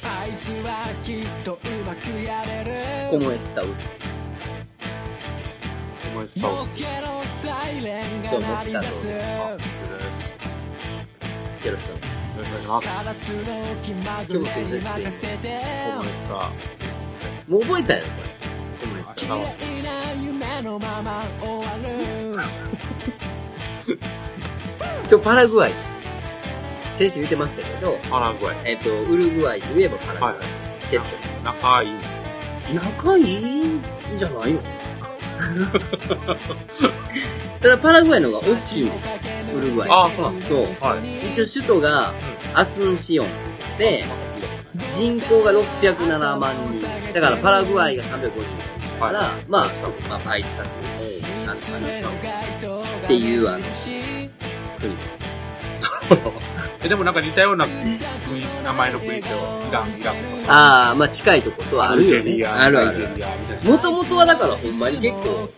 はきっとうまくやれる ¿Cómo está usted? ¿Cómo está のっ usted? けのサイレンがどうも鳴り出す北あよろし Yo los conozco. くお願いしまカす。ラスの気まぐれ今に日正座して任せて ¿Cómo está? ¿Me voy a traer? ¿Cómo está? 綺麗な夢のまま終わる今日パラグアイです。先週言ってましたけど、パラグアイ。えっ、と、ウルグアイといえばパラグアイ。はセット。仲いいね。仲いいんじゃ ないのただパラグアイの方が大きいんですよ。ウルグアイ。ああ、そうなんですそう。はい一応首都がアスンシオンで、人口が607万人。だからパラグアイが350人から、はいまあ、ちょっとまあ倍近くなんですかね。っていうあの国です。え、でもなんか似たような国、名前の国と、イラン、イランとか。ああ、まあ近いとこ、そう、あるよアルジェリね。アあるあナイジるェ。リアみたいな。もともとはだからほんまに結構、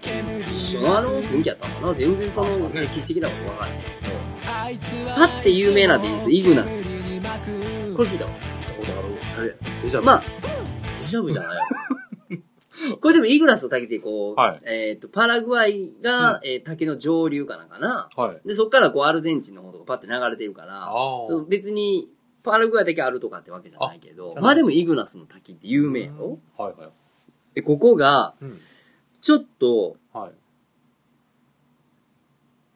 一緒のあの雰囲気やったのかな全然その歴史的なことわからない。パッて有名なんで言うとイグナス。これ聞いたわ。あれえじゃあ、まあ、大丈夫じゃないよ これでもイグナスを炊けて、こう、はいえっ、と、パラグアイが、えー滝の上流かなんかな。はい。で、そっからこう、アルゼンチンの方とかパッて流れてるからあ、ーそう別に、パラグアイだけあるとかってわけじゃないけど、あまあでもイグナスの滝って有名やろはいはい。で、ここが、うん。ちょっと、はい。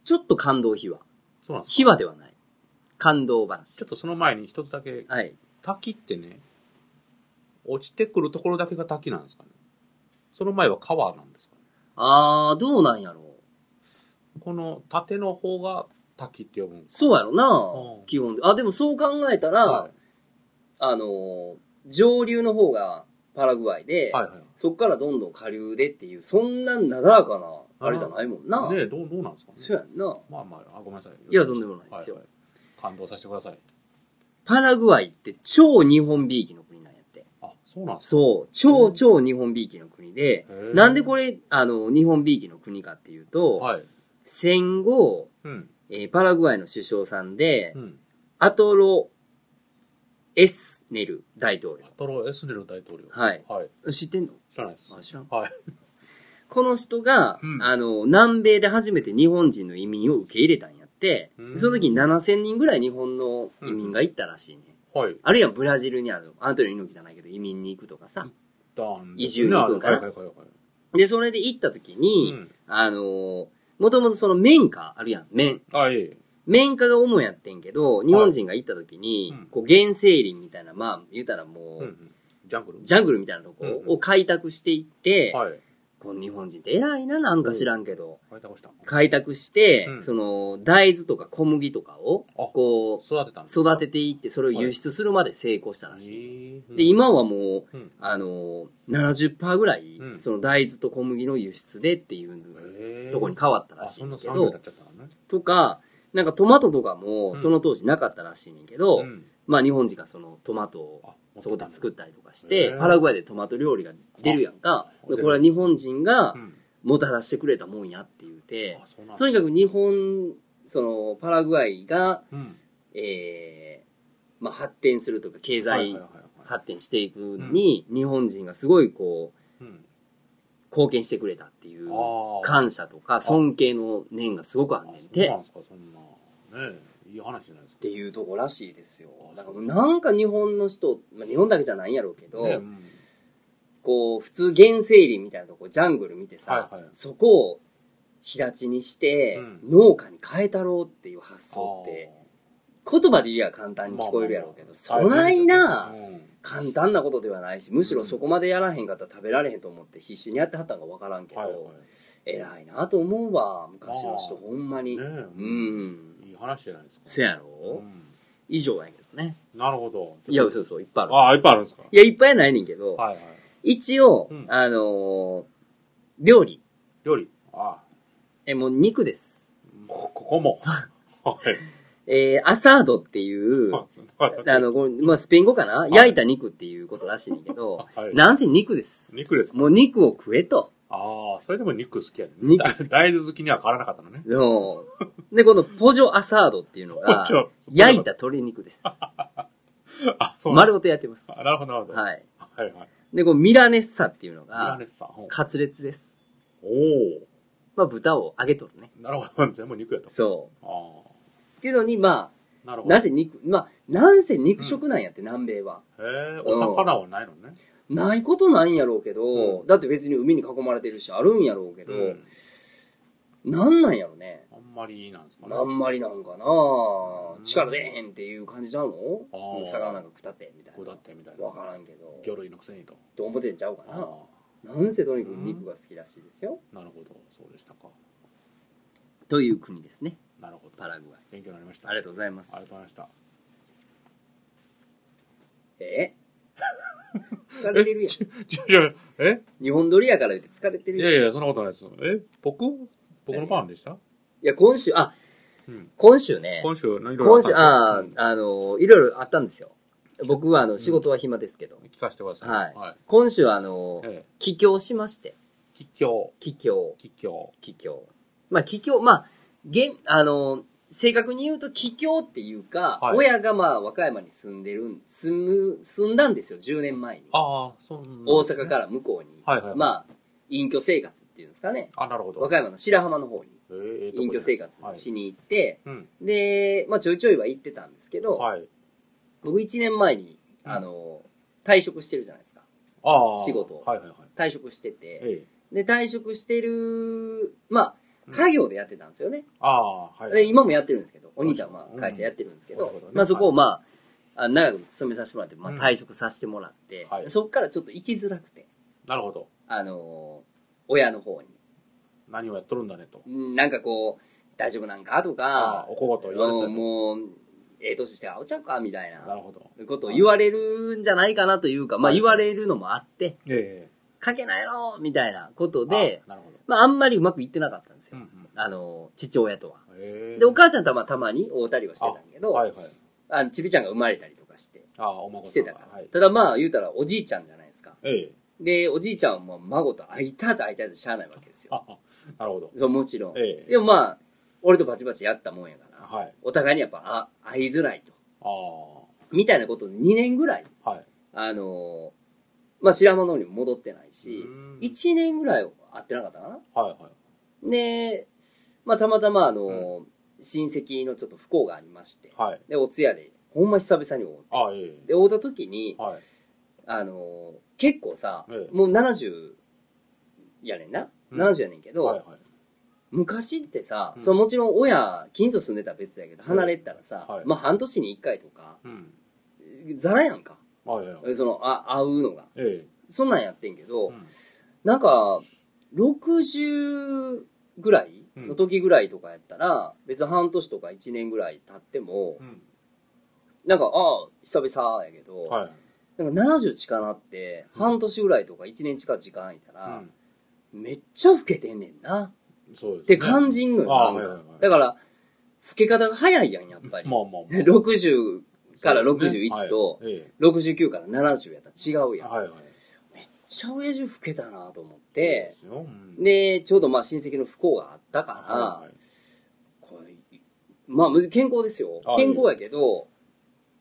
ちょっと感動秘話。そうなんです秘話ではない。感動話ちょ。っとその前に一つだけ、はい。滝ってね、落ちてくるところだけが滝なんですかね。その前は川なんですかね。あー、どうなんやろう。この縦の方が滝って呼ぶんですそうやろうなん基本で。あ、でもそう考えたら、かはあのー上流の方がパラグアイで、い。はいはい。そっからどんどん下流でっていう、そんななだらかな、あれじゃないもんな。ねえ、どう、どうなんですかね。そうやんな。まあまあ、あごめんなさい。いやとんでもないですよははい感動させてください。パラグアイって超日本びいきの国なんやって。あ、そうなんですそう、超超日本びいきの国でへ、ーなんでこれ、あの、日本びいきの国かっていうと、かはい。戦後、うん。えーパラグアイの首相さんで、うん。アトロ・エスネル大統領パ。トロ・エスネル大統領。はいはい。知ってんの知らないですあ。知らん。はい。この人が、うんあの、南米で初めて日本人の移民を受け入れたんやってう、んその時に7000人ぐらい日本の移民が行ったらしいね。はい。あるいはブラジルにある、アントニオ猪木じゃないけど移民に行くとかさ。ダン移住に行くんかなはいはいはいはい。で、それで行った時に、うんあの、もともとその綿花あるやん、綿。あ、いえいえ。綿花が主やってんけど、日本人が行った時に、はいうんこう原生林みたいな、まあ、言うたらもう、うんうん。ジャングルジャングルみたいなとこうんうんを開拓していって、はい。こう日本人って偉いな、なんか知らんけど、開拓した。開拓して、うんその、大豆とか小麦とかを、あこう、育てたんです育てていって、それを輸出するまで成功したらしい。へえで、今はもう、うんあの、70%ぐらい、うんその大豆と小麦の輸出でっていうへえとこに変わったらあ、しいそんんだなけ産業どになっ、ちゃったのね。とか、なんかトマトとかも、んその当時なかったらしいねんけど、うんまあ日本人がそのトマトをあ持ってたんだそこで作ったりとかしへて、ーパラグアイでトマト料理が出るやんか、出でるこれは日本人がう、ん。もたらしてくれたもんやって言うてあ、そうなんだとにかく日本、その、パラグアイが、うん。えー、まあ、発展するとか、経はい済はいはいは発展していくのに、日本人がすごいこう、い。うん。貢献してくれたっていうあー、感謝とか、尊敬の念がすごくあんねんそうて、なっんですか、そんな。ねえ、いい話じゃないですか。ていうとこらしいですよ。だからなんか日本の人、まあ、日本だけじゃないんやろうけど、ねえうんこう、普通原生林みたいなとこ、ジャングル見てさ、はいはいそこを平地にして、うん農家に変えたろうっていう発想って、言葉で言えば簡単に聞こえるやろうけど、まあそないな、うん簡単なことではないし、むしろそこまでやらへんかったら食べられへんと思って必死にやってはったんかわからんけど、はいは偉いなと思うわ、昔の人、ほんまい。に。ねえううんん。いい話じゃないですか。せやろ、う以上やけどね。んなるほど。いや、嘘嘘、いっぱいある。ああ、いっぱいあるんですか。いや、いっぱいやないねんけど、はいはい。一応、うんあのー料理。料理。ああ、え、もう肉です。こここも。はい。えー、アサードっていう、 あそうはいあの、これまあ、スペイン語かな、焼いた肉っていうことらしいねんけど、 はいなんせ肉です。肉ですかもう肉を食えと。ああ、それでも肉好きやね。肉好き 大大豆好きには変わらなかっ たのね。ので、このポジョアサードっていうのがポジョ、焼いた鶏肉です。あ、そうなん丸でごとやってますす。あなるほど、なるほど。はい。はいはい。で、このミラネッサっていうのミラがネ、スさん。ほうカツレツです。おまあ、豚を揚げとるね。お。なるほど。 全部肉やと。そあう。っていうのに、まあ。なるあ、ほど。なぜ肉、まあ、なんせ肉食なんやって、南米は。へえ、お魚はないのね。ないことないんやろうけど、うだって別に海に囲まれてるし、あるんやろうけど、うん。なんなんやろね。あんまりなんですかね。あんまりなんかなうん力出えへんっていう感じなのあー魚なんか食ったって、みたいこうだっな。てみたいわな。からんけど。魚類のくせにと。どう思ってんちゃうかああ。な。なんせとにかく肉が好きらしいですよ。なるほど。そうでしたか。という国ですね。なるほどパ。ラグアイ。勉強になりました。ありがとううございまごありがとうございす。ました。え 疲れてるやん。 ちょちょえ日本撮りやから言って疲れてるいやん。やいいや、そんなことないです。え僕僕のパンでしたや、今週、あうん、今週ね。今週、何いろいろ今週、あああったんですよ、あの、いろいろあったんですよ。僕は、あの、仕事は暇ですけど。聞かせてください。はいはい。今週は、あの、ええ。帰郷しまして。吉祥。帰郷、吉祥。帰郷。まあ、帰郷、まあ、げあの、正確に言うと、帰郷っていうか、はい親がまあ、和歌山に住んでるん、住む、住んだんですよ、10年前に。ああ、そんな大阪から向こうに。はいはいはいまあ、隠居生活っていうんですかね。あ、なるほど。和歌山の白浜の方に、えーえーとこ隠居生活はいしに行って、うん。で、まあ、ちょいちょいは行ってたんですけど、はい。僕1年前に、うんあの、退職してるじゃないですか。ああ。仕事はいはいはい。退職してて。えで、え。退職してる、まあ、家業でやってたんですよね。ああ、はい。で、今もやってるんですけど、お兄ちゃんはまあ会社やってるんですけうんなるどほど、ねまあそこをまあ、あ長く勤めさせてもらって、まあうん退職させてもらっては、いそこからちょっと行きづらくて、なるほど。あのー、親の方に、何をやっとるんだねと。うんなんかこう、大丈夫なんかとああか、おこごと言われそううんやもう、ええ年して会おちゃうかみたいとなるなほど。ことを言われるんじゃないかなというか、まあ言われるのもあって、え書けないのみたいなことえ。で、あなるほど。まああんまりうまくいってなかったんですうよ。んうん。あの、父親とは。ええ。で、お母ちゃんとはまあたまに会うたりはしてたんやけど、はいはい。あの、ちびちゃんが生まれたりとかして、ああ、お孫しさてんたがから。はい。ただまあ、言うたらおじいちゃんじゃないですか。ええ。で、おじいちゃんはもう孫と会いたいと会いたいとしゃあないわけですよ。あ、あなるほど。そう、もちろん。ええでもまあ、俺とバチバチやったもんやから、はい。お互いにやっぱ、あ、会いづらいと。あみたいなことで2年ぐらい、あ。はい。あのーまあ、白浜の方にも戻ってないしうん、 1年ぐらいは会ってなかったかな。はいはい。で、まあ、たまたまあのー親戚のちょっと不幸がありまして、はい。で、お通夜で、ほんま久々に会うああ、ええ。で、会うた時に、はい。あのー結構さ、ええもう70やねんな、うん70やねんけど、はいはい。昔ってさ、うんそのもちろん親近所住んでたら別やけど離れてたらさ、はいまあ半年に1回とかうん。ザラやんかああ、いやいや。そのあ会うのがえそんなんやってんけえ。ど、ん。なんか60ぐらいの時ぐらいとかやったら、別に半年とか1年ぐらい経っても、うん。なんかああ久々やけど、はい。なんか70近なって半年ぐらいとか1年近い時間空いたら、うん。めっちゃ老けてんねんな。そうです。って感じんのよ。あなんかあはいはいはいだから、老け方が早いやん、やっぱり。 まあまあまあ。 60から61と、はいえ69から70やったら違うえやん。めっはいはい。ちゃ親父老けたなと思ってそ、うですようんで、ちょうどまあ親戚の不幸があったはかいはらい、これまあ健康ですよあ。健康やけど、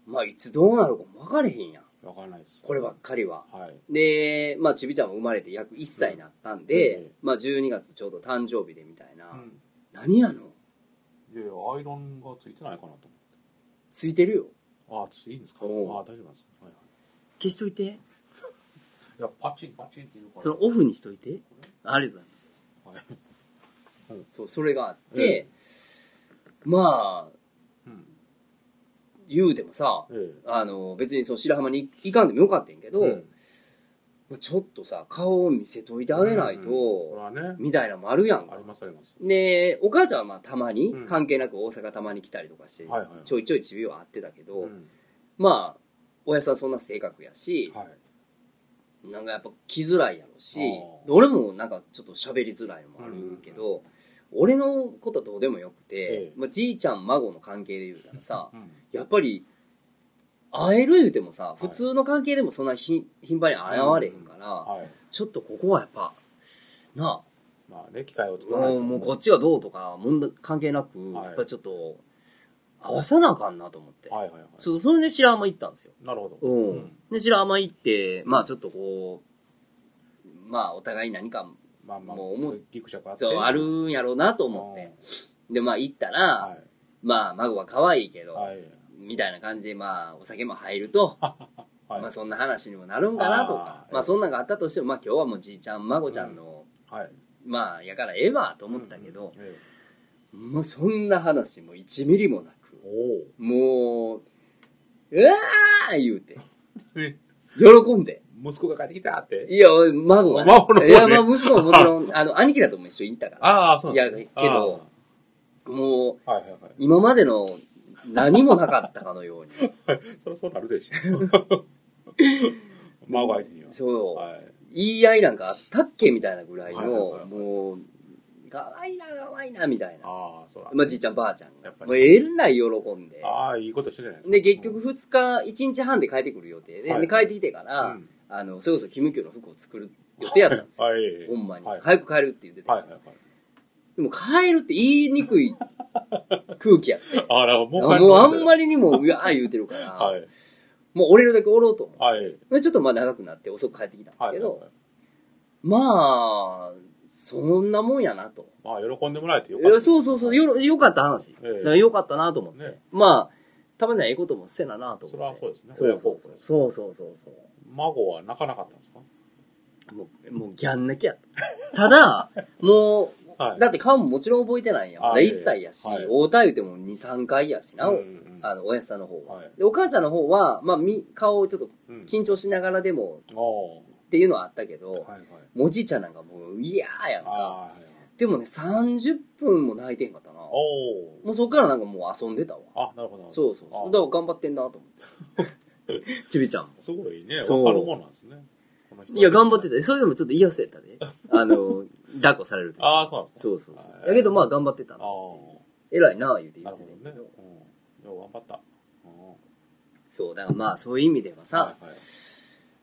まあいつどうなるかも分かれへんやん。わからないです。こればっかりは。はい。で、まあ、ちびちゃんも生まれて約1歳になったんで、うんまあ、12月ちょうど誕生日でみたいな。うん何やのいやいや、アイロンがついてないかなとついてるよ。思って。あ、ついいんですかあ、おう大丈夫なんです。はいはい消しといて。いや、パチンパチンって言うから。そのオフにしといて。ありがとうございます。はい。そう、それがあって、まあ、うん。言うてもさ、えあの、別にそう白浜に行かんでもよかったんやけえ。ど、ちょっとさ、顔を見せといてあげないと、うんこれはね、みたいなのもあるやんあかり。ますあります。で、お母ちゃんはまあたまに、うん関係なく大阪たまに来たりとかして、はいはいちょいちょいちびは会ってたけど、うんまあ、おやさんそんな性格やし、はい。なんかやっぱ来づらいやろし、あでー俺もなんかちょっと喋りづらいのもあるけど、俺のことはどうでもよくて、ええまあ、じいちゃん孫の関係で言うたらさう、ん。やっぱり、会える言うてもさ、普通の関係でもそんなひ頻繁に会われへんから、はい。ちょっとここはやっぱ、なまあね、機械をあ、作らないもうと。もうこっちがどうとか問題関係なく、はいやっぱちょっと、合わさなあかんなと思って。はいはいはい。そう、それで白浜行ったんですよ。なるほど。ううんん。で、白浜行って、まあちょっとこう、まあお互い何か、まあまあ、もう思うギクシャクあって。そう、あるんやろうなと思って。で、まあ行ったら、うん。はい。まあ孫は可愛いけど、はい。みたいな感じで、まあお酒も入ると、はい。まあそんな話にもなるんかなとか、あーまあそんなんがあったとしても、まあ今日はもうじいちゃん、孫ちゃんの、はい。まあやからええわと思ったけど、えまあそんな話も1ミリもなくえ、おもう、うわー言うて、お。喜んで。息子が帰ってきたって。いや、孫が、ね。孫の方ねいや、まあ息子ももち ろん、あの、兄貴だとも一緒に行ったから。ああ、そうなんだいやけど。もう、ああはいはいはい。今までの何もなかったかのように。 そり ゃそうなるでしょ。孫相手には。そう、はい。言い合いなんかあったっけみたいなぐらいの、はいはいはいはいもう、かわいいな、かわいいな、みたいな。ああ、そら。まあ、じいちゃん、ばあちゃんがやっ。ぱりもう、えらい喜んで。ああ、いいことしてるじゃないですか。で、結局、2日、1日半で帰ってくる予定で、はいで、帰ってきてから、うんあの、それこそ、キムキョの服を作る予定やったんですよ。はい。ほんまに、はい。はい早く帰るって言ってて、はいはい。でも、帰るって言いにくい空気やって。あら、 もう帰もう、あんまり。りにも、うわー言うてるから、はい。もう、俺らだけおろうと思はい。はい。う。でちょっと、まあ、長くなって、遅く帰ってきたんですけど、はいまあ、そんなもんやなと。まあ、喜んでもらえてよいかった。やそうそうそう、よろ、よかった話。ええだからよかったなと思って。ねまあ、たまにはええこともせななと思って。それはそうですねそうそうそそうう。ですそうそうそうそう。孫は泣かなかったんですかもう、もうギャン泣きやった。ただ、もう、はいだって顔ももちろん覚えてないやん。あまだ1歳やし、ええはい大田言うても2、3回やしな、うんうんあの、おやすさんの方は、はいで、お母ちゃんの方は、まあ、み、顔をちょっとうん緊張しながらでもああ。っていうのはあったけど、はいはい。もうおじいちゃんなんかもう、いやーやんか。ああ。でもね、30分も泣いてへんかったな。おお。もうそっからなんかもう遊んでたわ。あ、なるほど。そうそうあそあう。だから頑張ってんなと思 って。ちびちゃん。すごいね。そうわかるもんなんですね。この人いや、頑張ってた。それでもちょっと言い忘れたで。あの、抱っこされると。ああ、そうなんですか。そうそうそはう。いだけどまあ頑張ってたあな。あ。偉いなあ言うて言なっるてほたどね。けど。うん。よう頑張った。うんそう、だからまあそういう意味ではさ、はいはい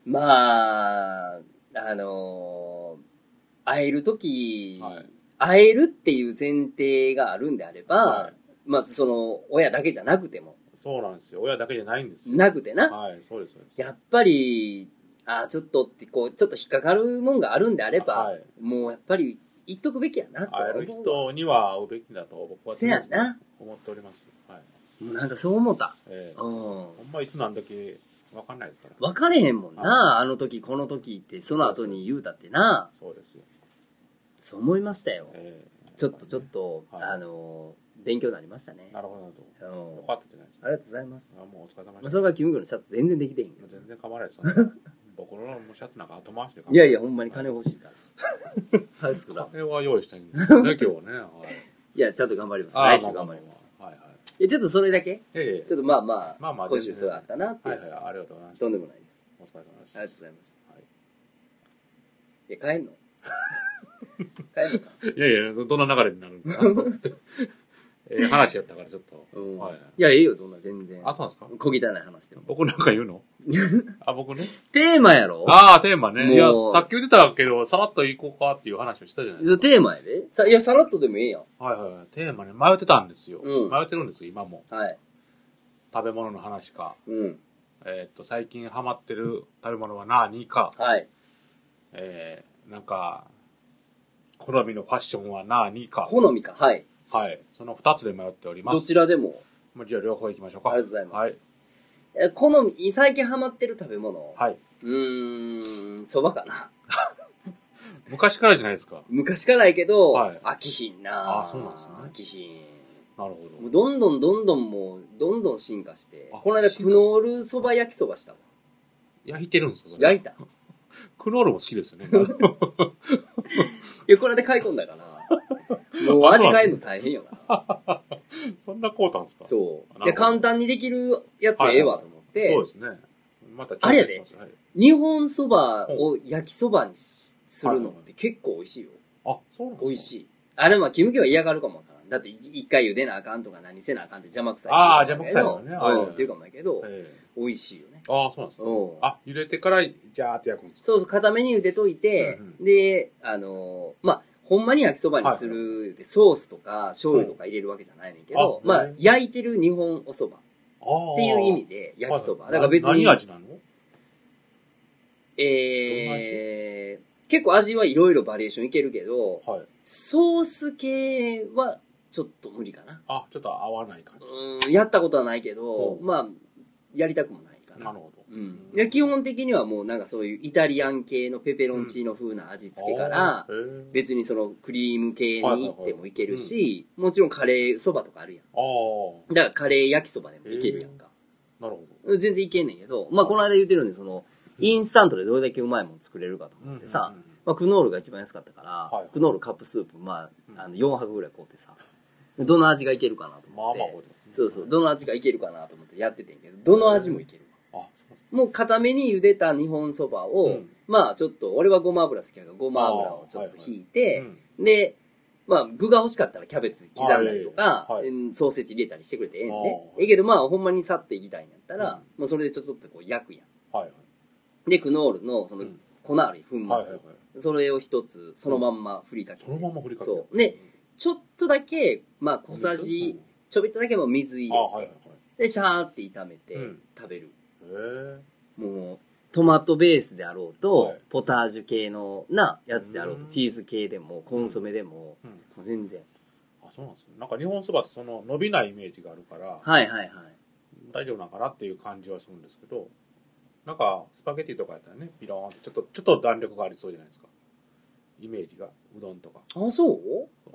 まあ、あのー会えるとき、はい会えるっていう前提があるんであれば、はいまあその、親だけじゃなくても、そうなんですよ。親だけじゃないんですよ。なくてな、はい、そうです、そうです。やっぱり、ああ、ちょっとって、こう、ちょっと引っかかるもんがあるんであれば、はいもうやっぱり言っとくべきやなと会え思る人には会うべきだと僕はせやな思っております。はい。う。なんかそう思った。ええうん。ほんまいつなんだっけわかんないですから。分かれへんもんな、はあの時、この時って、その後に言うたってな、そうですよ。そう思いましたよ。えちょっとちょっと、はいあのー、勉強になりましたねえ。なるほどなるほうん。ど。よかったじゃないですあか。りがとうございます。あもうお疲れ様まあ、でしそた。れからキム君のシャツ全然できてへんけど。全然構わないで すよ。僕のシャツなんか後回しで構わいやいや、ほんまに金は欲しい から。はい、作らんい。金は用意したいんです よね、今日はね。はいいや、ちゃんと頑張ります。あ来あ週頑張ります。。まあまあまあはいはい。え、ちょっとそれだけええちょっとまあまあ、まあまあ今週そうあったなって、はいはい、ありがとうございました。とおんでもないです。疲れ様です。ありがとうございました。はいいや、 帰んの帰んのか、いやいや、どんな流れになるのかなと 思って。ええ話やったからちょっと。うんはいはい。いや、ええよ、そんな全然。あ、そうなんですか小汚い話でも。僕なんか言 うのあ、僕ね。テーマやろああ、テーマね。いや、もうさっき言ってたけど、さらっと行こうかっていう話をしたじゃないですそうテーマやでさいや、さらっとでもええやん。か。はいはいはい。テーマね、迷ってたんですよ。うん迷ってるんですよ、今も。はい。食べ物の話か。うん。えーっと、最近ハマってる食べ物は何か。はい。えー、なんか、好みのファッションは何か。好みか。はい。はい。その二つで迷っております。どちらでも。まあじゃあ両方行きましょうか。ありがとうございますはい。え、好み、最近ハマってる食べ物。はい。うーん、蕎麦かな。 昔からじゃないですか。昔からやけど、はい飽きひんなあそうなんですね飽きひん。なるほもうど。どんどんどんどんもう、どんどん進化してあ。この間、進ク化ノール蕎麦焼き蕎麦したわ。焼いてるんですかそれ。焼いた。クノールも好きです よね。いや、これで買い込んだ から。もう味変えるの大変よな。そんなこうたんですかう。そう。なるほどいや、簡単にできるやつええわと思って、そうですね。またあれやで挑戦しますはい日本そばを焼きそばにしするのっはてい結構美味しいよ。あ、そうなんですか美味しい。あ、でもまあ、キムキは嫌がるかもわからん。だって、い一回茹でなあかんとか何せなあかんって邪魔くさい。あー邪魔くさいね。よねはいはいうん、っていうかもやけど、え美味しいよね。えああ、そうなんですか。うん。あ、茹でてから、じゃーって焼くんですかそうそう、固めに茹でといてうん、で、あのーまあ、ほんまに焼きそばにするって、ソースとか醤油とか入れるわけじゃないねんけど、うんあまうあん、焼いてる日本お蕎麦っっていう意味で焼きそば。だから別に何、味なのえー、結構味はいろいろバリエーションいけるけど、はい。ソース系はちょっと無理かな。あ、ちょっと合わない感じ。うん、やったことはないけど、うまあ、やりたくもないかなな。るほど。うん。で基本的にはもうなんかそういうイタリアン系のペペロンチーノ風な味付けからあ、ー、へー別にそのクリーム系に行ってもいけるはいし、もちろんカレーそばとかあるやん。あー、だからカレー焼きそばでもいけるやんか。なるほ全然いけんねんけど、まあこの間言ってるんで、その、インスタントでどれだけうまいもん作れるかと思ってさうんうんうんうん、まあクノールが一番安かったかはらい、クノールカップスープ、まあ、あの4泊ぐらい買うてさ、どの味がいけるかなとど。ま思あって。まあ、これですね。そうそう、どの味がいけるかなと思ってやっててんけど、どの味もいける。あ、すいません。もう固めに茹でた日本そばを、うんまあちょっと、俺はごま油好きやからごま油をちょっと引いて、あーはいはで、まあ具が欲しかったらキャベツ刻んだりとか、あーはいはいうんソーセージ入れたりしてくれてええんあーで、はいええけどまあほんまに去っていきたいんやったら、もうそれでちょっとこう焼くやはいはい。ん。で、クノールのそのん粉ある粉末、はいはいはいそれを一つそのまんま振りかけて、そのまんま振りかけてそう。で、ちょっとだけ、まあ小さうじん、ちょびっとだけもう水入あ、れて、はいはいはい。で、シャーって炒めてうん食べる。へーもう、トマトベースであろうと、はいポタージュ系のなやつであろうと、うんチーズ系でも、コンソメでも、うんもう全然。あ、そうなんですね。なんか日本そばってその伸びないイメージがあるから、はいはいはい。大丈夫なのかなっていう感じはするんですけど、なんかスパゲティとかやったらね、ピローンってちょっと、ちょっと弾力がありそうじゃないですか。イメージが、うどんとか。あ、そう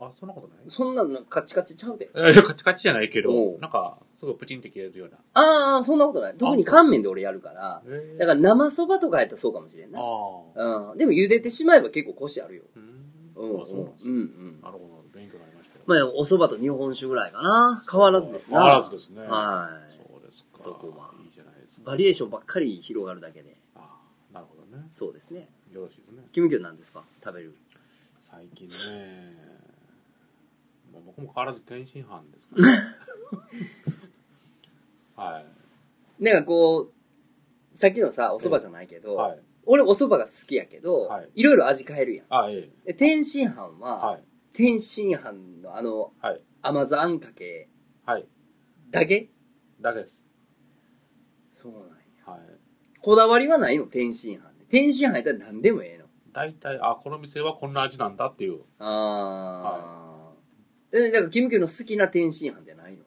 あ、そんなことないそんなのカチカチちゃうで。いやいやカチカチじゃないけおど、うなんか、すぐプチンって切れるような。ああ、そんなことない。特に乾麺で俺やるから、へえだから生そばとかやったらそうかもしれんな。ああ。うん。でも茹でてしまえば結構コシあるよ。うん。うん、うん。あ、そうなんですうんね。うん。なるほど。勉強になりましたよ。まあ、お蕎麦と日本酒ぐらいかな。変わらずですな。変わらずですね。はいそうですか。そこはいいじゃないですか。バリエーションばっかり広がるだけで。ああ、なるほどね。そうですね。よろしいですね。キムキョンなんですか食べる。最近ね、まあ、僕も変わらず天津飯ですからね。 はい。なんかこう、さっきのさ、お蕎麦じゃないけど、はい。俺お蕎麦が好きやけど、はいい、ろいろ味変えるやん。あ、ええ。で天津飯は、はい。天津飯のあの、はい。甘酢あんかけはい。だけだけです。そうなんや。はい。こだわりはないの天津飯。天津飯やったら何でもええの。大体、あ、この店はこんな味なんだっていう。あー。え、だから、キムキョンの好きな天津飯じゃないの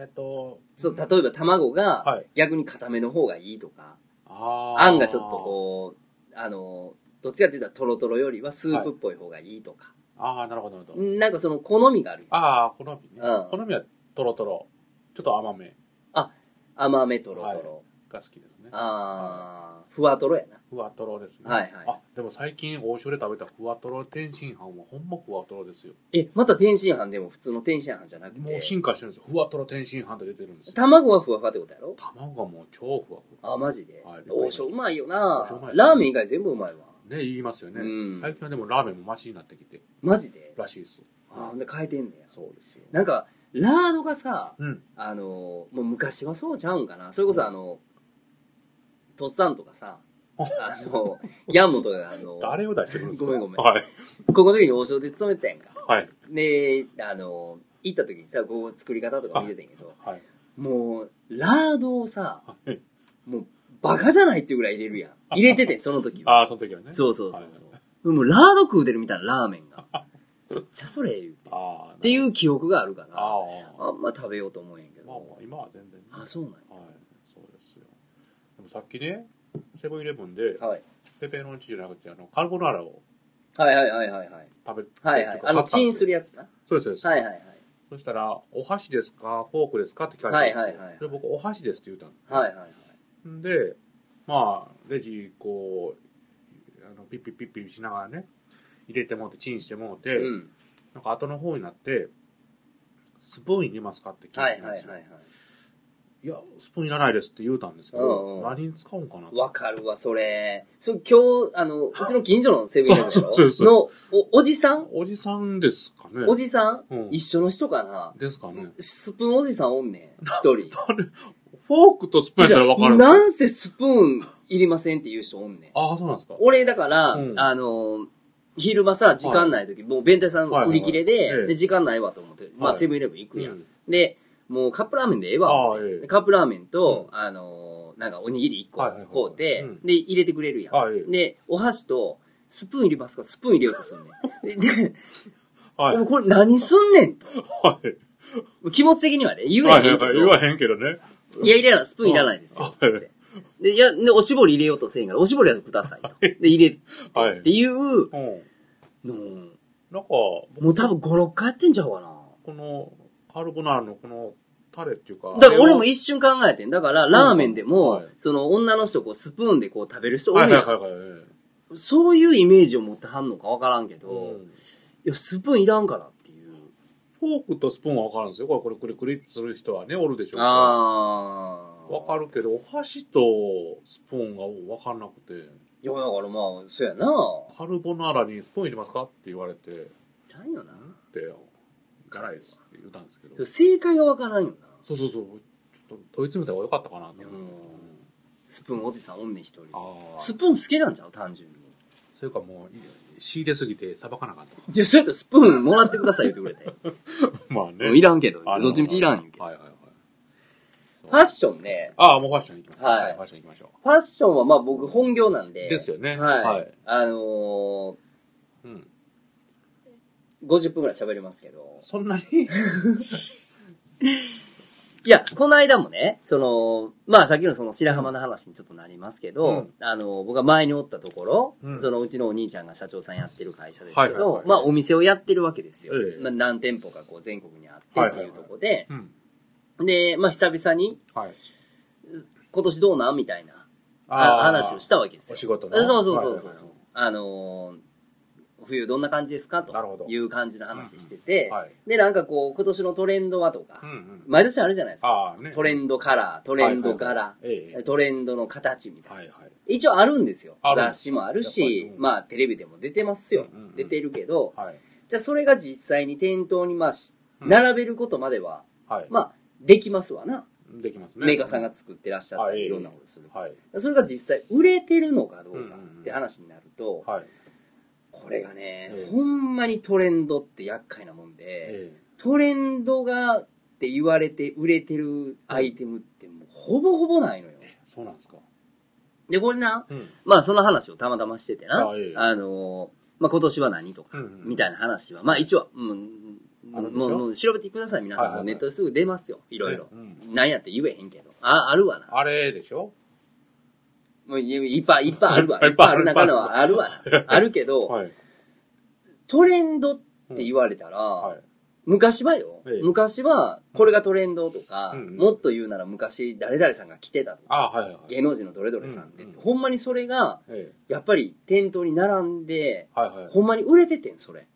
えっ、と、そう、例えば卵はがい、逆に固めの方がいいとか、ああんがちょっとこう、あの、どっちかって言ったらトロトロよりはスープっぽい方がいいとか。う。ああ、なるほど、なるほど。なんかその好みがある。ああ、好みね。うん好みはトロトロ。ちょっと甘めあ、甘めとろとろ。が好きですね。あー、ふわとろやな。ふわとろですね。はいはいあ、でも最近、王将で食べたふわとろ天津飯はほんまふわとろですよ。え、また天津飯でも普通の天津飯じゃなくもてう。進化してるんですよ。ふわとろ天津飯って出てるんですよ。卵はふわふわってことやろ卵がもう超ふわふあ、マジではい。王将うまいよ王将うなまいですねラーメン以外全部うまいわ。わ。ね、言いますよね。うん最近はでもラーメンもマシになってきて、マジでらしいです。あー、で変えてんねや。そうですよ。なんか、ラードがさ、うん。あのー、もう昔はそうちゃうんかな。それこそあの、とっさんとかさ、あの、ヤンモとかがあの、 誰を出してくるんですかごめんごめんはい。ここの時に王将で勤めてたやんか。はい。で、あの、行った時にさ、こう作り方とか見てたんやけど、はい。もう、ラードをさ、はいもう、バカじゃないっていうぐらい入れるやん。入れてて、その時は。ああ、その時はね。そうそうそうそうはい。もう、ラード食うてるみたいなラーメンが。じゃあそれ言うて。っああ。って。いうう記憶があるから、ああ。あんま食べようと思うんやけまあまどあ、。今は全然ね。はあ、い。そうなんそうですよ。でもさっきね、セブンイレブンでや。、はい。ペペロンチーノじゃなくて、あの、カルボナーラをはいはいはいはいはい。食べ、はいはい。あの、チンするやつな。そうです、そうです。はいはいはい。そしたら、お箸ですか、フォークですかって聞かれたんはですよいはいはいで、僕、お箸ですって言ったんです。はいはいはい。で、まあ、レジ、こう、あのピッピッピッピッしながらね、入れてもうて、チンしてもうて、うん。なんか後の方になって、スプーン入れますかって聞いはたいんはいではいすよ。はいいや、スプーンいらないですって言うたんですけうんど、うん何に使うんかな。わかるわ、それ。そう、今日、あの、うちの近所のセブンイレブンでしょ そうそうそうの、お、おじさんおじさんですかねおじさん、うん一緒の人かなですかね。 スプーンおじさんおんねん、一人。フォークとスプーンやったらわかるんですよなんせスプーンいりませんって言う人おんねん。ああ、そうなんですか。俺、だから、うんあの、昼間さ、時間ない時、もう弁当屋さん売り切れで、はいはいはいええで、時間ないわと思って、まあ、はいセブンイレブン行くやん。うんで、もうカップラーメンでええわ。ああええでカップラーメンと、あのーなんかおにぎりはい1はいはい個買うて、うんで、入れてくれるやん。あええで、お箸と、スプーン入れますかスプーン入れようとするねん。で、ではい でもこれ何すんねんと。はい。もう気持ち的にはね、言えはへんけいど、はい言わへんけどね。いや、入れない、スプーンいらないですよ。つってで、いや、で、おしぼり入れようとせんから、おしぼりはくださいと。で、入れて、はいっていううん。のをなんか、こもう多分5、6回やってんちゃうかな。の、カルボナーラのこの、タレっていうか。だから俺もい一瞬考えてん。だから、ラーメンでも、はいその女の人こう、スプーンでこう食べる人多いはやいん、はいはいはい。えそういうイメージを持ってはんのかわからんけえど、いうんや、スプーンいらんからっていう。フォークとスプーンはわかるんですよ。これ、これ、クリクリってする人はね、おるでしょうけどああ。わかるけど、お箸とスプーンがわかんなくて、いや、だからまあ、そうやな。カルボナーラにスプーン入れますかって言われて、で、ないよな。じゃないですって言ったんですけど。正解がわからんよな。そうそうそう。ちょっと問い詰めた方が良かったかなと思って。うんスプーンおじさんおんねん一人。ああ。スプーン好きなんちゃう単純に。それかもう、仕入れすぎてさばかなかった。じゃそうやったらスプーン もらってください言ってくれて。まあもういらんけど。どっちみちいらんよけど。はいはいはい。ファッションね、ああ、もうファッション行きます。はいファッション行きましょファッションはまあ僕本業なんで。ですよねはい。はいあのう。うん。ー、50分くらい喋りますけど。そんなにいや、この間もね、その、まあさっきのその白浜の話にちょっとなりますけど、うんあの、僕が前におったところ、うんそのうちのお兄ちゃんが社長さんやってる会社ですけど、はいはいはいまあお店をやってるわけですよ。ええまあ何店舗かこう全国にあってっていうところで、うん。で、まあ久々にはい。今年どうなんみたいなーあ話をしたわけですよ。お仕事のの。そうそうそうそう。はいはいはいあのー冬どんな感じですかとなるほどいう感じの話してて、うんうんはいで、なんかこう、今年のトレンドはとか、うんうん。毎年あるじゃないですか。ああね。トレンドカラー、トレンド柄、はいはいはいええトレンドの形みたいな。はいはい。一応あるんですよ。ある雑誌もあるやっしぱり、うんまあテレビでも出てますよ。うんうんうん出てるけど、はい。じゃあそれが実際に店頭にまあし、うん並べることまでは、はい。まあ、できますわな。できますね。メーカーさんが作ってらっしゃったはいり、いろんなことする。はい。それが実際売れてるのかどうかって話になると、はい。これがね、ええほんまにトレンドって厄介なもんで、えトレンドがって言われて売れてるアイテムってもうほぼほぼないのよ。え。そうなんですか。で、これな、うん。まあその話をたまたましててな、ああええのー、まあ今年は何とかうんうん、みたいな話は、まあ一応、うんあるんでしもょうもう調べてください、皆さん。はいはいはいもうネットですぐ出ますよ、いろいろね。なんやって言えへんけど。あ、あるわな。あれでしょもういっぱいいっぱいあるわ。いいっっぱぱいあいあるる中のはあるわな。 あるけど、はい。トレンドって言われたら、はい。昔はよ、ええ昔はこれがトレンドとか、うんうんもっと言うなら昔誰々さんが来てたとか、ああ、はいはい。芸能人のどれどれさんって、うんうんほんまにそれが、ええ。やっぱり店頭に並んで、はいはい。ほんまに売れててん、それ。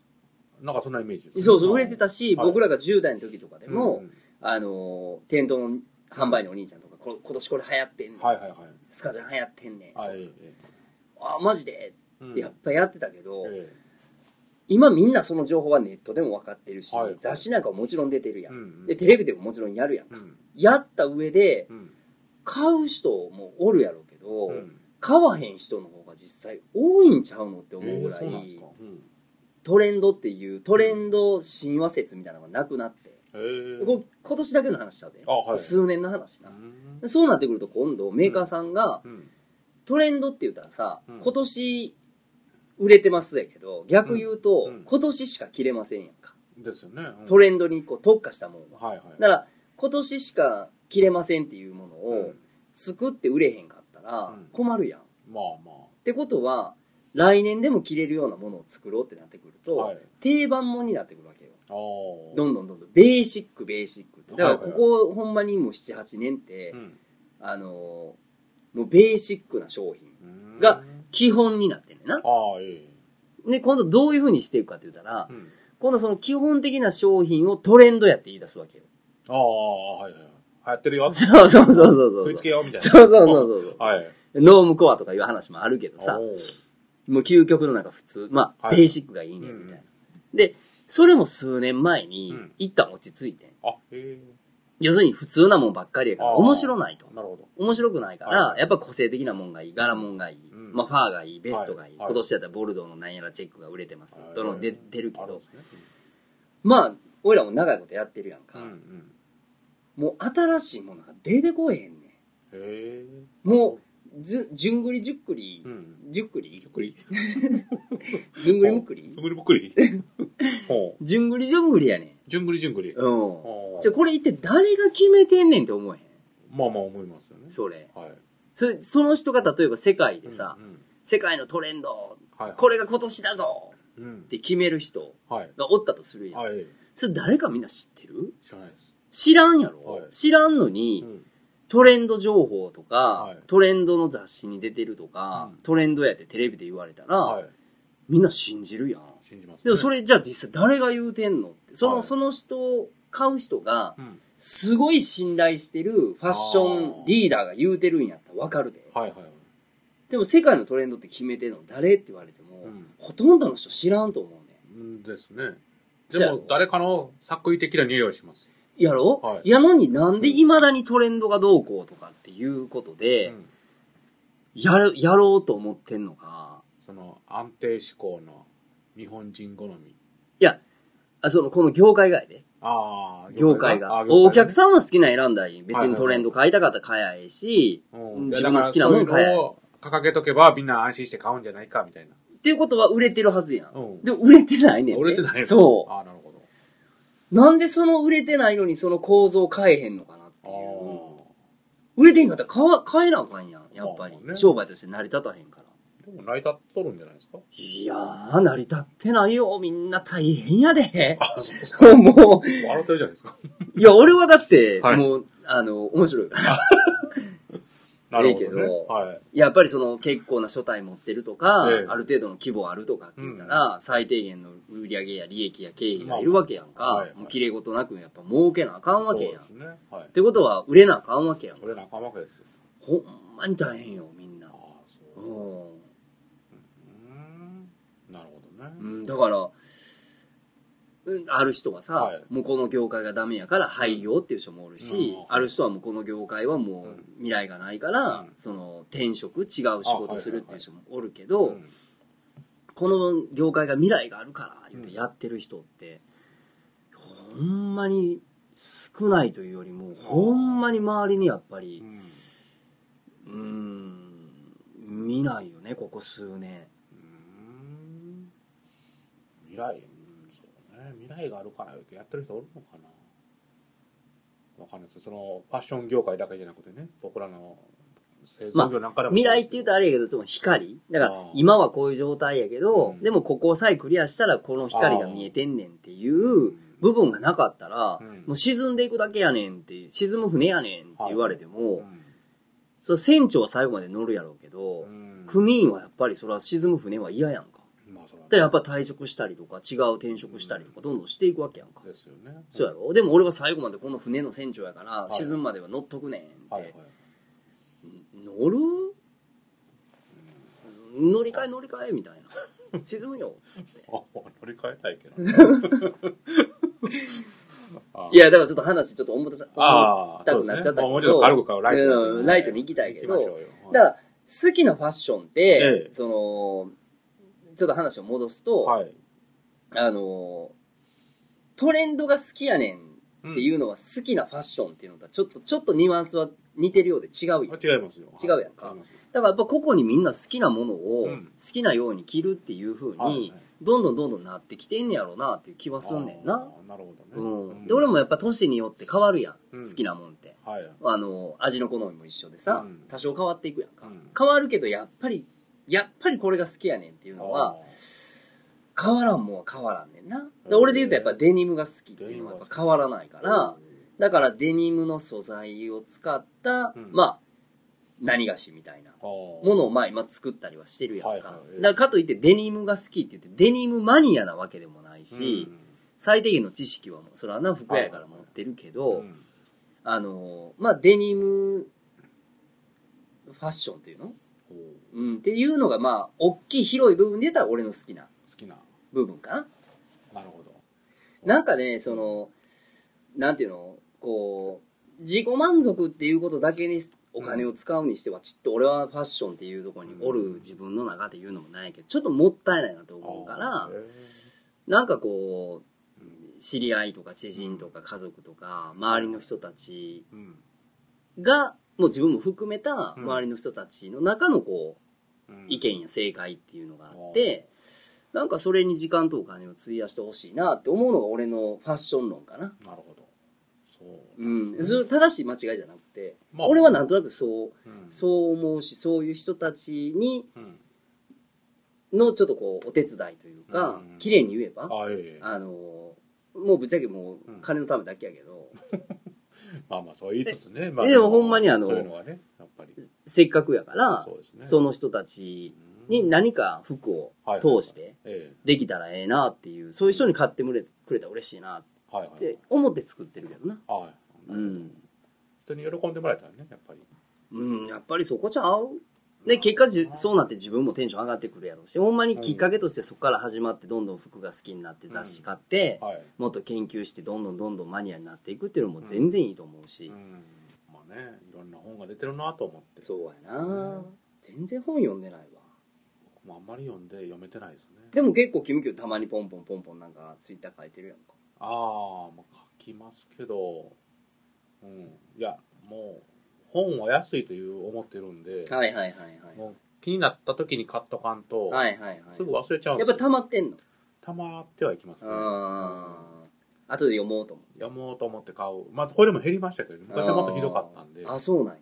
なんかそんなイメージですね。そうそう、売れてたし、はい僕らが10代の時とかでも、うんうんあのー、店頭の販売のお兄ちゃんとか、こ今年これ流行ってんねん、はいはいはい。スカジャン流行ってんねん、あえええあ、マジでうんってやっぱやってたけど、ええ今みんなその情報はネットでも分かってるし、はい雑誌なんかももちろん出てるやん、うんうんでテレビでももちろんやるやんえ。うか、ん。やった上でうん。買う人もおるやろうけど、うん買わへん人の方が実際多いんちゃうのってえ思うえぐらい、そうなんですか。うんトレンドっていうトレンド神話説みたいなのがなくなって、ええ。こ今年だけの話しちゃうで、あはい数年の話な、うんでそうなってくると今度メーカーさんがうん。トレンドって言ったらさ、うん今年売れてますやけど逆言うと、うんうん今年しか着れませんやんかですよね。うんトレンドにこう特化したものは。はいはい。だから、今年しか着れませんっていうものうをん作って売れへんかったらうん困るやん。っまあまてことは、来年でも着れるようなものを作ろうってなってくるはとい、定番もんになってくるわけよ。あ。ああ。どんどんどんどん、ベーシック、ベーシックって。だから、はいはこいこ、ほんまにもう7、8年ってう、んあのー、もうベーシックな商品うんが基本になってんねんな。ああ、ええ。で、今度どういう風にしていくかって言ったらう、ん。今度その基本的な商品をトレンドやって言い出すわけよ。ああ、はいはい。流行ってるよ。そうそうそうそうそう。食いつけようみたいなそうそうそうそうそはい。う。ノームコアとかいう話もあるけどさ、おうもう究極のなんか普通、まあ、はいベーシックがいいね、みたいな、で、それも数年前にうん、一旦落ち着いてん、あ、へえ。要するに普通なもんばっかりやから、あー面白ないと。なるほど。面白くないから、はいやっぱ個性的なもんがいい、柄もんがいい。うんうんまあ、ファーがいい、ベストがいい。はいはい今年だったらボルドーのなんやらチェックが売れてます。どの出てるけあるんどで。すねまあ、俺らも長いことやってるやんうか。んうんもう新しいものが出てこえへんねへえん。もう、ず、じゅんぐりじゅっくり、うんじゅっくり くりずんぐりむっくりそぐりぶっ くりほうじゅんぐりじゅんぐりやねん。じゅんぐりじゅんぐりうあん。ーじゃ、これ一体誰が決めてんねんって思えへまあまあ思いますよねん。それ。はいそれ、その人が例えば世界でさ、うんうん世界のトレンド、はいこれが今年だぞうんって決める人はいがおったとするやん。はいそれ誰かみんな知ってる知らないです知らんやろ、はい知らんのに、うんトレンド情報とか、はいトレンドの雑誌に出てるとか、うんトレンドやってテレビで言われたら、はいみんな信じるやん。信じますでもそれれじゃあ実際誰が言うてんのって、その、はいその人を買う人がう、んすごい信頼してるファッションリーダーが言うてるんやったらわかるで。はいはいでも世界のトレンドって決めてんの誰って言われても、うんほとんどの人知らんと思うねうんですねそうでやろも誰かの作為的な匂いをしますん。やろ、はいやのになんで未だにトレンドがどうこうとかっていうことで、うんやる、やろうと思ってんのか。その安定志向の日本人好みいや、あその、この業界外で。ああ業界が。あお客んさんは好きなの選んだり、別はいはいにはいトレンド買いたかったら買えばいいし、うん自分の好きなもん買えばいだいからそういうのを掲げとけばみんな安心して買うんじゃないかみたいなっていうことは売れてるはずやん。うんでも売れてないねんね。俺ってないそああなるほどう。なんでその売れてないのにその構造変えへんのかなってあいう。あ売れてへんかったら買わ変えなあかんやん、やっぱりまあ。ね商売として成り立たへんから。でも成り立っとるんじゃないですかいやー、成り立ってないよ。みんな大変やで。あ、そうですか。 笑もってるじゃないですか。う、いや、俺はだって、はいもう、あの、面白い。なるほ いど、ね。いけどはい。やっぱりその結構な書体持ってるとか、ええある程度の規模あるとかって言ったら、最低限の売り上げや利益や経費がいるわけやんか、まあはいはいもう綺麗事なくやっぱ儲けなあかんわけやん。っそうですね。はい。てことは売れなあかんわけやん。これ仲間ですよ。ほんまに大変よ、みんなあ。あ、そうう。ん。うん。なるほどね。うんだから、うんある人はさ、はいもうこの業界がダメやから廃業っていう人もおるし、うんある人はもうこの業界はもう未来がないから、うんその転職違う仕事するっていう人もおるけど、うんこの業界が未来があるから言ってやってる人って、ほんまに少ないというよりも、ほんまに周りにやっぱりうう、ん。ーん、見ないよね、ここ数年。うん未来、うん、そうね。未来があるから言うてやってる人おるのかな。わかんないです。その、ファッション業界だけじゃなくてね、僕らの製ま造あ業なんかで、も、未来って言うとあれやけど、つまり光だからあー、今はこういう状態やけどう、んでもここさえクリアしたら、この光が見えてんねんっていう部分がなかったらうん、もう沈んでいくだけやねんって、沈む船やねんって言われてうも、んその船長は最後まで乗るやろうけど、うん組員はやっぱりそれは沈む船は嫌やんか。まあ、それはで、やっぱ退職したりとか、違う転職したりとか、どんどんしていくわけやんか。ですよね。そうやろでも俺は最後までこの船の船長やから、い沈むまでは乗っとくねんって。はいはい。乗る乗り換え乗り換えみたいな。 沈む よ。あ、乗り換えたいけど。いや、だからちょっと話ちょっと重たさ、あー重たくなっちゃったけど。そうですねもうちょっと軽くからライトにうんライトに行きたいけど行きましょうよは。いだから、好きなファッションってええ、その、ちょっと話を戻すと、はい。あのートレンドが好きやねんっていうのは好きなファッションっていうのとはちょっと、ちょっとニュアンスは似てるようで違うやん。だか違いますよ。違うやんかはい違いますよらやっぱ個々にみんな好きなものをう好んきなように着るっていう風はいにはい、どんどんどんどんなってきてんねやろうなっていう気はすんねんな。あーなるほどね。うん。で、俺もやっぱ年によって変わるやん。うん好きなもんって。はい。うあの、味の好みも一緒でさうん、多少変わっていくやんかうん。変わるけどやっぱり、やっぱりこれが好きやねんっていうのは、変わらんもんは変わらんねんな。で俺で言うとやっぱデニムが好きっていうのはやっぱ変わらないから、だからデニムの素材を使った、うんまあ、何菓子みたいなもものをまあ今作ったりはしてるやんか。はいはいええだからかといってデニムが好きって言って、デニムマニアなわけでもないし、最低限の知識はもう、それはな、服屋やから持ってるけど、あのー、まあデニムファッションっていうの好うん、っていうのがまあ、大きい広い部分で言ったら俺の好きなきな。部分かな。なるほど。なんかね、その、なんていうの、こう、自己満足っていうことだけにお金を使うにしては、ちょっと俺はファッションっていうところにおる自分の中で言うのもないけど、ちょっともったいないなと思うから、へなんかこう、知り合いとか知人とか家族とか、周りの人たちーうんが、もう自分も含めたうん周りの人たちの中のこう、うん意見や正解っていうのがあって、なんかそれに時間とお金を費やしてほしいなって思うのが俺のファッション論かな。なるほどそううん。それ正しい間違いじゃなくて、まあ俺はなんとなくそう、うんそう思うし、そういう人たちに、うんのちょっとこう、お手伝いというかうん、綺麗に言えば、あいえいえあの、もうぶっちゃけもううん金のためだけやけど、まあまあそう言いつつねまあでもほんまにあのそういうのはねやっぱりせっかくやから、そうですねその人たちに何か服を通してえできたらええなっていう、そういう人に買ってくれくれたら嬉しいなえはいはっいて思って作ってるけどな。はういん。人に喜んでもらえたらねやっぱりうん、やっぱりそこちゃうで、結果じ、そうなって自分もテンション上がってくるやろうし、ほんまにきっかけとしてそこから始まって、どんどん服が好きになって雑誌買って、はいもっと研究して、どんどんどんどんマニアになっていくっていうのも全然いいと思うし。うんまあねいろんな本が出てるなと思ってそうやな、全然本読んでないわ。まああんまり読んで読めてないですねでも結構キムキューたまにポンポンポンポンなんかツイッター書いてるやんか。ああまあ書きますけどうんいやもう本は安いという思ってるんで、はいはいはいはい。もう気になった時に買っとかんと、はいはいはい。すぐ忘れちゃうんやでっすぱよ溜まってんの。たまってはいきますねああ。後で読もうと思う。やもうと思って買うまあこれも減りましたけど昔はもっとひどかったんであーあ、はいそうなんや。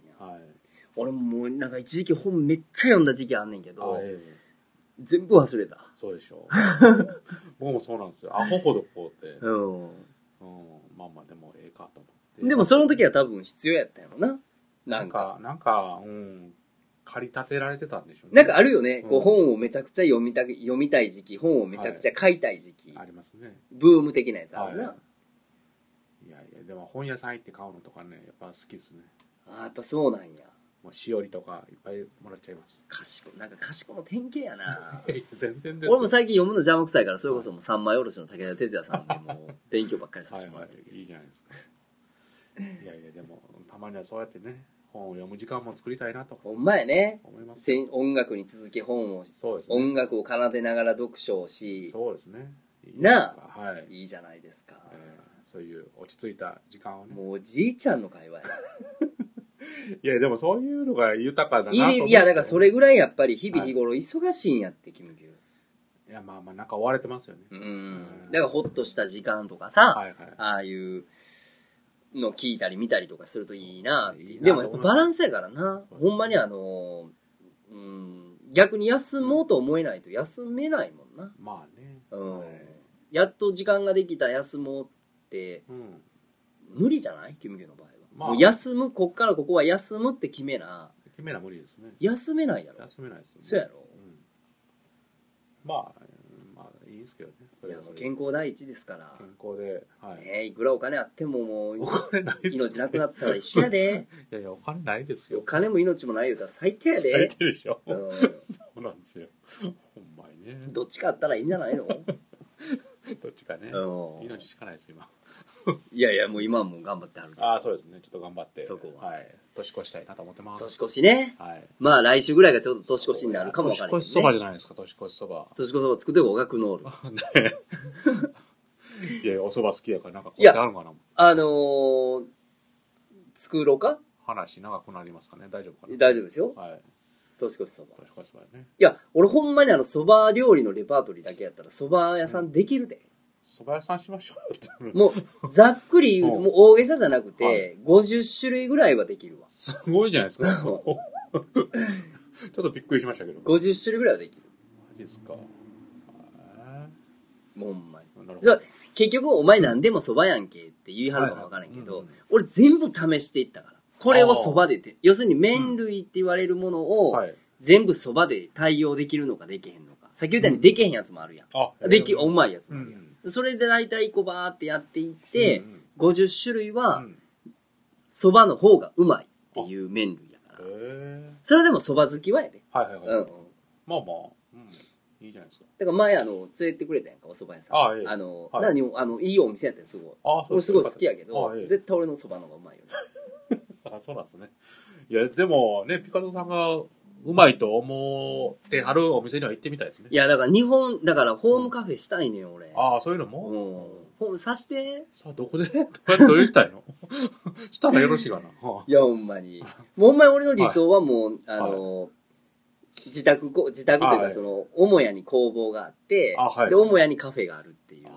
俺もうなんか一時期本めっちゃ読んだ時期あんねんけあど、ええ全部忘れた。そうでしょう 僕もそうなんですよアホほどこうって、ううん、まあまあでもええかと思ってん。でもその時は多分必要やったよな。なんか。なんか、うん、駆り立てられてたんでしょうなんかあるよね、こううん本をめちゃくちゃ読みたく読みたい時期、本をめちゃくちゃ買いたい時期、ありますねブーム的なやつあるな。はいいやいやでも本屋さん行って買うのとかねやっぱ好きですねあーやっぱそうなんや。もうしおりとかいっぱいもらっちゃいます。賢い、なんか賢いの典型やな 全然です俺も最近読むの邪魔くさいから、それこそもう三枚おろしの武田鉄矢さんでもう勉強ばっかりさはせいてもらはってるけいいいじゃないですかいやいやでもたまにはそうやってね本を読む時間も作りたいなとど。ほんまやね。思いますせん音楽に続き本を、そうですね音楽を奏でながら読書をし、そうですねいいですなかはい、いいじゃないですか。えーそういう落ち着いた時間をねもうおじいちゃんの 会話や。いやでもそういうのが豊かだなと思ういいいや、だからそれぐらいやっぱり日々日頃忙しいんやって、キムキュー。いやまあまあなんか追われてますよね、うん。だからほっとした時間とかさ、はいはいああいうの聞いたり見たりとかするといいなってそうですねでもやっぱバランスやからな。そうほんまにあの、うん、逆に休もうと思えないと休めないもんな。まあねうんはい。やっと時間ができた休もうってうん無理じゃないキムキューの場合は。まあもう休む、こっからここは休むって決めな、決めな無理ですね休めないやろ。休めないですよねそうやろ。うんまあうんまあいいですけどねそいれやはそれで健康第一ですから、健康ではい、ねえいくらお金あってももうお金ないです命なくなったら一緒やで いやいやお金ないですよお金も命もない言うたら最低や入っで、てるでしょ、うん、そうなんですよほんまにねどっちかあったらいいんじゃないのどっちかねうん命しかないです今いやいやもう今はもう頑張ってはるけどああそうですねちょっと頑張って、そこはい年越したいなと思ってます年越しねはいまあ来週ぐらいがちょうど年越しになるかもわか年らない、越ね、しそばじゃないですか年越しそば年越しそば作ってこうガクノール いやいやおそば好きやからなんかこいやあるのかなあのー、作ろうか話長くなりますかね大丈夫かな大丈夫ですよはい年越しそば年越しそばねいや俺ほんまにあのそば料理のレパートリーだけやったらそば屋さんできるで、そば屋さんしましょうよってもう、ざっくり言うと、うんもう大げさじゃなくはて、50種類ぐらいはできるわ。 すごいじゃないですか ちょっとびっくりしましたけどマ50種類ぐらいはできる。ジですかあもうほんまに。ーなるほそどう結局、お前何でも蕎麦やんけって言い張るかもわからんけはいどはいうんうん、俺全部試していったから。これを蕎麦でって、要するに麺類って言われるものをはい、全部蕎麦で対応できるのかできへんのか。先ほど言ったようにできへんやつもあるやあん。でき、えーうまいやつもあるやうんん。それで大体こうバーってやっていってうんうん、 50種類うはん、蕎麦の方がうまいっていう麺類やからへ。えそれでも蕎麦好きはやで。はいはいうんはい。まあまあうんいいじゃないですかだから前、あの、連れてってくれたやんか、お蕎麦屋さん。あええの、はい何も、あの、いいお店やったよ、すごい。あそう俺ですすごい好きやけあどええ、絶対俺の蕎麦の方がうまいよね。 あそうなんですねいや、でもね、ピカソさんがうまいと思ってはるお店には行ってみたいですねい。や、だから日本、だからホームカフェしたいねん、俺。ああ、そういうのうん。も、ホームさして。さあ、どこでどうやってどうしたいの したらよろしいかな。はいや、ほんまに。 もうほんまに俺の理想はもう、あの、自宅こ、自宅というはか、いその、母屋に工房があって、あはいで、母屋にカフェがあるっていうあ。あ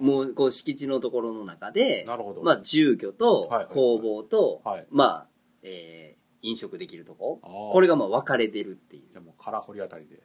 もう、こう、敷地のところの中で、なるほど。まあ、住居とはいはいはい工房と、はいまあ、えー飲食できるとこ。あーこれがまあ、分かれてるっていうじ。ゃあもう、カラホリあたりで。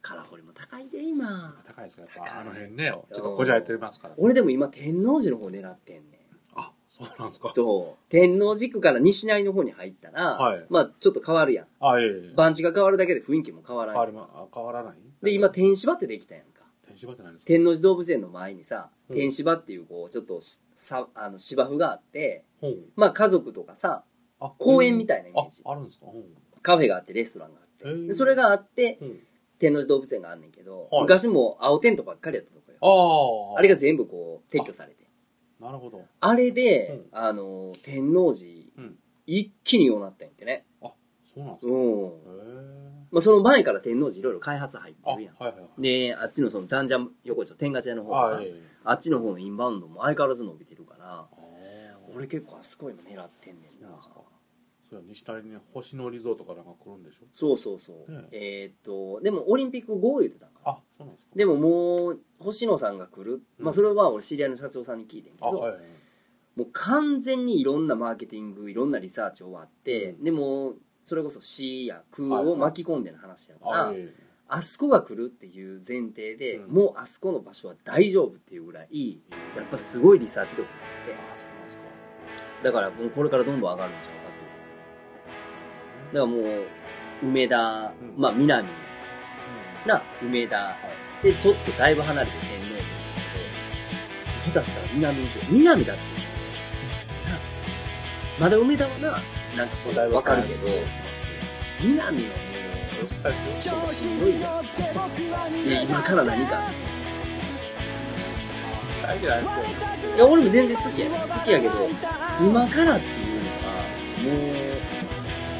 カラフルも高いで、今。高いですから、やっぱ、あの辺ね、ちょっとこじゃれてますから。俺でも今、天王寺の方狙ってんねん。あ、そうなんですか。そう。天王寺区から西成の方に入ったら、はいまあ、ちょっと変わるやん。あ、いえいえ。番地が変わるだけで雰囲気も変わらな変わいり。ま、あ変わらないで、今、、天芝ってできたやんか。天使場って何ですか天王寺動物園の前にさ、うん天芝っていう、こう、ちょっとし、さ、あの、芝生があって、ほうまあ、家族とかさ、あ公園みたいなイメージあ、あるんですかほうカフェがあって、レストランがあへって。ーでそれがあって、ほう天王寺動物園があんねんけど、はい昔もう青テントばっかりやったとこよ。ああ。あれが全部こう、撤去されて。なるほど。あれでうん、あの、天王寺、うん。一気にようなったんやってね。あ、そうなんですか。うん。へまあ、その前から天王寺いろいろ開発入っえ。てあ、はるいやん。はいはい。で、あっちのその、ジャンジャン横丁、天下茶屋の方かあ、ないえいえ。あっちの方のインバウンドも相変わらず伸びてるから、ああ。俺結構あそこ今狙ってんねんななんですか。それは西成に星野リゾートかなんか来るんでしょそうそうそう、ねえーっとでもオリンピック5言ってたんからあ、そうなんですか。でももう星野さんが来る、うんまあ、それは俺知り合いの社長さんに聞いてんけあ、ど、はいはい。もう完全にいろんなマーケティングいろんなリサーチ終わって、うんでもそれこそ市や空はいはをい巻き込んでの話やから、あ、いえいえ。あそこが来るっていう前提で、うんもうあそこの場所は大丈夫っていうぐらいやっぱすごいリサーチ力があってあ、そうなんですか。だからもうこれからどんどん上がるんちゃうかっていうだからもう梅田、うんまあ南うんな梅田でちょっとだいぶ離れて天皇寺だけど下手したら南にしよう南だってなまだ梅田はななんかこうわかるけど南はもう吉崎君調子に乗って僕は逃げ出していや今から何か大嫌いじゃないですか。いや俺も全然好きや好きやけど今からっていうのはもう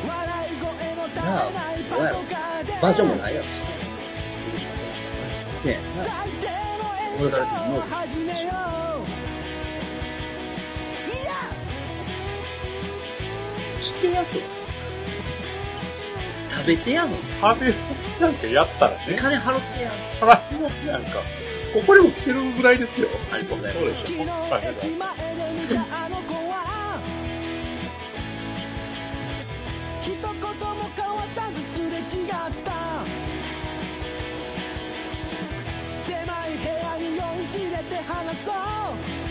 笑い声の絶えないパトカーで場所もないやろしせやな最低のこれ延か長をら天皇寺始めよういや来てやそれ食べてやもんハーベースなんかやったらね、金払ってや払いますやんか。ここにも来てるぐらいですよ。ありがとうございます昨日駅前で見たあの子は一言も交わさずすれ違った狭い部屋に酔いしれて話そう